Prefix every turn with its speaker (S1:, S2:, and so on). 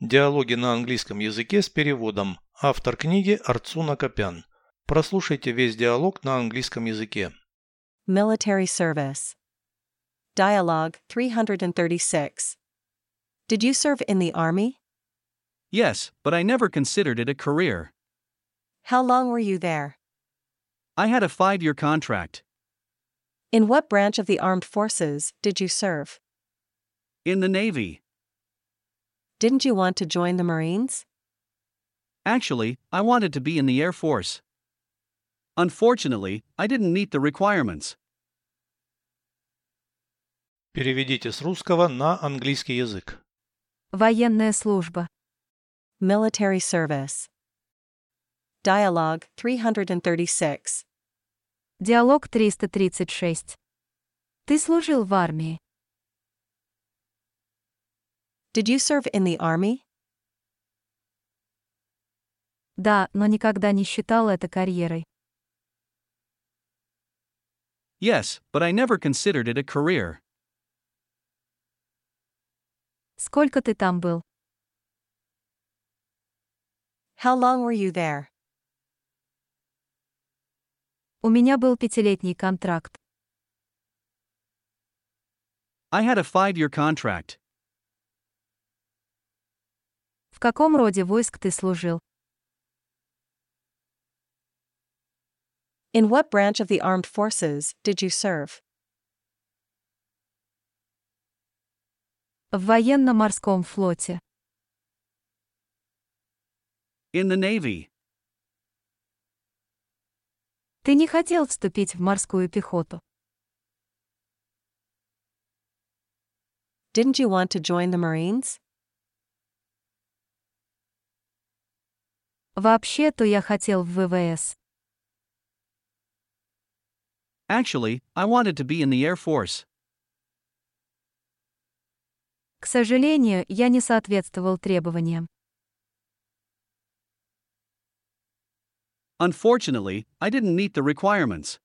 S1: Диалоги на английском языке с переводом. Автор книги Арцуна Копян. Прослушайте весь диалог на английском языке.
S2: Military service. Dialogue 336. Did you serve in the Army?
S3: Yes, but I never considered it a career.
S2: How long were you there?
S3: I had a five year contract.
S2: In what branch of the armed forces did you serve?
S3: In the Navy.
S2: Didn't you want to join the Marines?
S3: Actually, I wanted to be in the Air Force. Unfortunately, I didn't meet the requirements.
S1: Переведите с русского на английский язык.
S4: Военная служба.
S2: Military service. Dialogue 336.
S4: Диалог 336. Ты служил в армии.
S2: Did you serve in the Army?
S4: Да, но никогда не считал это карьерой.
S3: Yes, but I never considered it a career.
S4: Сколько ты там был?
S2: How long were you there?
S4: У меня был пятилетний контракт.
S3: I had a five year contract.
S4: В каком роде войск ты служил?
S2: In what branch of the armed forces did you serve?
S4: В военно-морском флоте.
S3: In the Navy.
S4: Ты не хотел вступить в морскую пехоту.
S2: Didn't you want to join the Marines?
S4: Вообще-то я хотел в ВВС.
S3: Actually, I wanted to be in the Air Force.
S4: К сожалению, я не соответствовал требованиям.
S3: Unfortunately, I didn't meet the requirements.